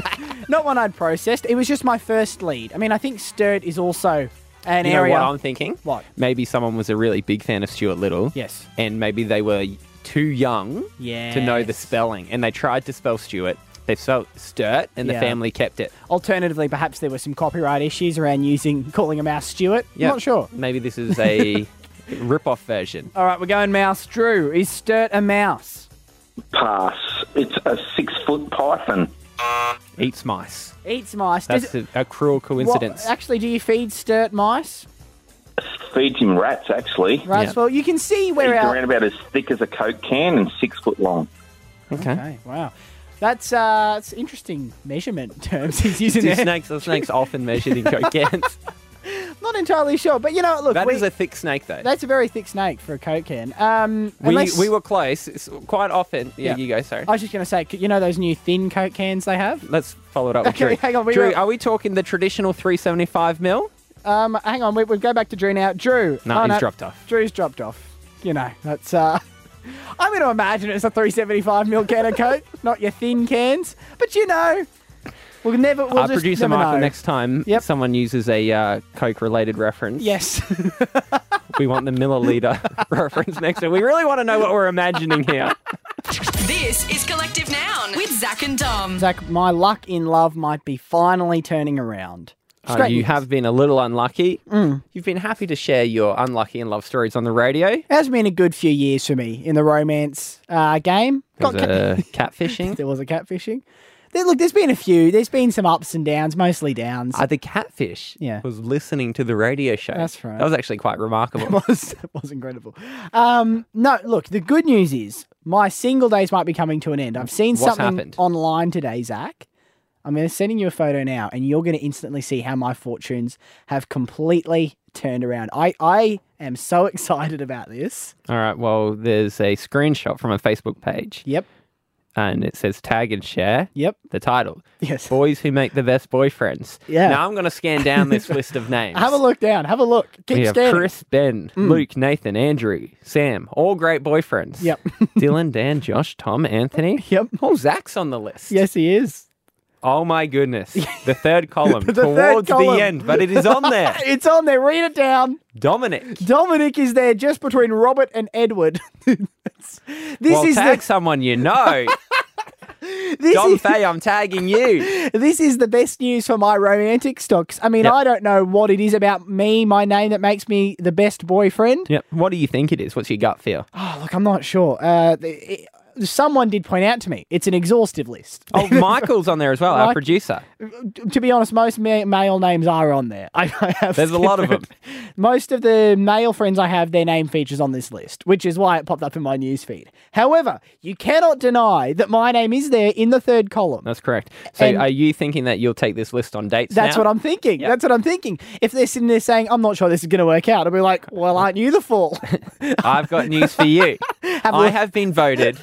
[SPEAKER 3] Not one I'd processed. It was just my first lead. I mean, I think Sturt is also an
[SPEAKER 4] you
[SPEAKER 3] area.
[SPEAKER 4] know what I'm thinking?
[SPEAKER 3] What?
[SPEAKER 4] Maybe someone was a really big fan of Stuart Little.
[SPEAKER 3] Yes.
[SPEAKER 4] And maybe they were too young to know the
[SPEAKER 3] Yes.
[SPEAKER 4] spelling. And they tried to spell Stuart. They spelled Sturt, and
[SPEAKER 3] Yeah.
[SPEAKER 4] the family kept it.
[SPEAKER 3] Alternatively, perhaps there were some copyright issues around using calling a mouse Stuart.
[SPEAKER 4] Yeah.
[SPEAKER 3] I'm not sure.
[SPEAKER 4] Maybe this is a rip-off version.
[SPEAKER 3] All right, we're going mouse. Drew, is Sturt a mouse?
[SPEAKER 12] Pass. It's a six foot python.
[SPEAKER 4] Eats mice.
[SPEAKER 3] Eats mice. Does
[SPEAKER 4] That's
[SPEAKER 3] it-
[SPEAKER 4] a, a cruel
[SPEAKER 3] what-
[SPEAKER 4] coincidence.
[SPEAKER 3] actually, do you feed Sturt mice?
[SPEAKER 12] Feeds him rats, actually.
[SPEAKER 3] Right.
[SPEAKER 4] Yeah.
[SPEAKER 3] Well, you can see
[SPEAKER 12] He's
[SPEAKER 3] where our
[SPEAKER 12] around about as thick as a Coke can and six foot long.
[SPEAKER 4] okay.
[SPEAKER 3] Okay, wow. That's uh, it's interesting measurement terms he's using
[SPEAKER 4] Do
[SPEAKER 3] there.
[SPEAKER 4] snakes, are snakes often measured in cocants?
[SPEAKER 3] Not entirely sure, but you know, look,
[SPEAKER 4] That is
[SPEAKER 3] we,
[SPEAKER 4] a thick snake, though.
[SPEAKER 3] that's a very thick snake for a coke can. Um,
[SPEAKER 4] we,
[SPEAKER 3] unless,
[SPEAKER 4] we were close. It's quite often. Yeah,
[SPEAKER 3] Yeah.
[SPEAKER 4] you go, sorry.
[SPEAKER 3] I was just going to say, you know those new thin coke cans they have?
[SPEAKER 4] Let's follow it up with
[SPEAKER 3] Okay,
[SPEAKER 4] Drew.
[SPEAKER 3] hang on, we
[SPEAKER 4] Drew,
[SPEAKER 3] were-
[SPEAKER 4] are we talking the traditional 375 mil?
[SPEAKER 3] Um, hang on, we, we go back to Drew now. Drew,
[SPEAKER 4] No,
[SPEAKER 3] oh,
[SPEAKER 4] he's dropped off.
[SPEAKER 3] Drew's dropped off. You know, that's uh, I'm going to imagine it's a 375 mil can of coke, not your thin cans. But you know, we'll never. We'll
[SPEAKER 4] Our
[SPEAKER 3] just
[SPEAKER 4] Uh, producer
[SPEAKER 3] never
[SPEAKER 4] Michael,
[SPEAKER 3] know.
[SPEAKER 4] next time
[SPEAKER 3] Yep.
[SPEAKER 4] someone uses a uh, Coke related reference,
[SPEAKER 3] Yes.
[SPEAKER 4] we want the milliliter reference next time. We really want to know what we're imagining here.
[SPEAKER 2] This is Collective Noun with Zach and Dom.
[SPEAKER 3] Zach, my luck in love might be finally turning around. It's
[SPEAKER 4] Uh,
[SPEAKER 3] great Mm.
[SPEAKER 4] you
[SPEAKER 3] news.
[SPEAKER 4] have been a little unlucky. You've been happy to share your unlucky and love stories on the radio.
[SPEAKER 3] It has been a good few years for me in the romance uh, game.
[SPEAKER 4] There's
[SPEAKER 3] Got ca-
[SPEAKER 4] uh, catfishing.
[SPEAKER 3] there was a catfishing. There, look, there's been a few. There's been some ups and downs, mostly downs.
[SPEAKER 4] Uh, the catfish
[SPEAKER 3] Yeah.
[SPEAKER 4] was listening to the radio show.
[SPEAKER 3] That's right.
[SPEAKER 4] That was actually quite remarkable.
[SPEAKER 3] It was, it was incredible. Um, no, look, the good news is my single days might be coming to an end. I've seen
[SPEAKER 4] What's
[SPEAKER 3] something
[SPEAKER 4] happened?
[SPEAKER 3] online today, Zach. I'm going to sending you a photo now, and you're going to instantly see how my fortunes have completely turned around. I, I am so excited about this.
[SPEAKER 4] All right. Well, there's a screenshot from a Facebook page,
[SPEAKER 3] Yep.
[SPEAKER 4] and it says tag and share.
[SPEAKER 3] Yep.
[SPEAKER 4] The title.
[SPEAKER 3] Yes.
[SPEAKER 4] Boys who make the best boyfriends.
[SPEAKER 3] Yeah.
[SPEAKER 4] Now I'm going to scan down this list of names.
[SPEAKER 3] Have a look down. Have a look. Keep
[SPEAKER 4] we have
[SPEAKER 3] scanning. Mm.
[SPEAKER 4] Chris, Ben, Luke, Nathan, Andrew, Sam, all great boyfriends.
[SPEAKER 3] Yep.
[SPEAKER 4] Dylan, Dan, Josh, Tom, Anthony.
[SPEAKER 3] Yep.
[SPEAKER 4] Oh, Zach's on the list.
[SPEAKER 3] Yes, he is.
[SPEAKER 4] Oh my goodness. The third column
[SPEAKER 3] The third
[SPEAKER 4] towards
[SPEAKER 3] column.
[SPEAKER 4] the end, but it is on there.
[SPEAKER 3] It's on there. Read it down.
[SPEAKER 4] Dominic.
[SPEAKER 3] Dominic is there just between Robert and Edward. this
[SPEAKER 4] well,
[SPEAKER 3] is
[SPEAKER 4] tag
[SPEAKER 3] the
[SPEAKER 4] someone you know.
[SPEAKER 3] this
[SPEAKER 4] Dom
[SPEAKER 3] is,
[SPEAKER 4] Fay, I'm tagging you.
[SPEAKER 3] this is the best news for my romantic stocks. I mean,
[SPEAKER 4] Yep.
[SPEAKER 3] I don't know what it is about me, my name that makes me the best boyfriend.
[SPEAKER 4] Yep. What do you think it is? What's your gut feel?
[SPEAKER 3] Oh, look, I'm not sure. Uh, the- it- someone did point out to me it's an exhaustive list.
[SPEAKER 4] Oh, Michael's on there as well, our
[SPEAKER 3] Mike-
[SPEAKER 4] producer.
[SPEAKER 3] to be honest, most ma- male names are on there. I, I have
[SPEAKER 4] There's a lot of
[SPEAKER 3] different-
[SPEAKER 4] them.
[SPEAKER 3] Most of the male friends I have, their name features on this list, which is why it popped up in my newsfeed. However, you cannot deny that my name is there in the third column.
[SPEAKER 4] That's correct. So,
[SPEAKER 3] And-
[SPEAKER 4] are you thinking that you'll take this list on dates?
[SPEAKER 3] That's what I'm thinking. That's what I'm thinking. If they're sitting there saying, I'm not sure this is going to work out, I'll be like, well, aren't you the fool?
[SPEAKER 4] I've got news for you. I have been voted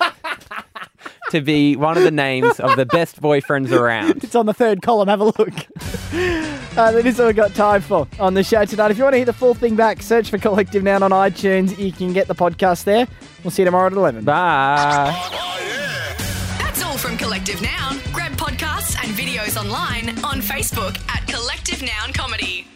[SPEAKER 4] to be one of the names of the best boyfriends around.
[SPEAKER 3] It's on the third column. Have a look. uh, that is all we've got time for on the show tonight. If you want to hear the full thing back, search for Collective Noun on iTunes. You can get the podcast there. We'll see you tomorrow at 11.
[SPEAKER 4] Bye.
[SPEAKER 2] That's all from Collective Noun. Grab podcasts and videos online on Facebook at Collective Noun Comedy.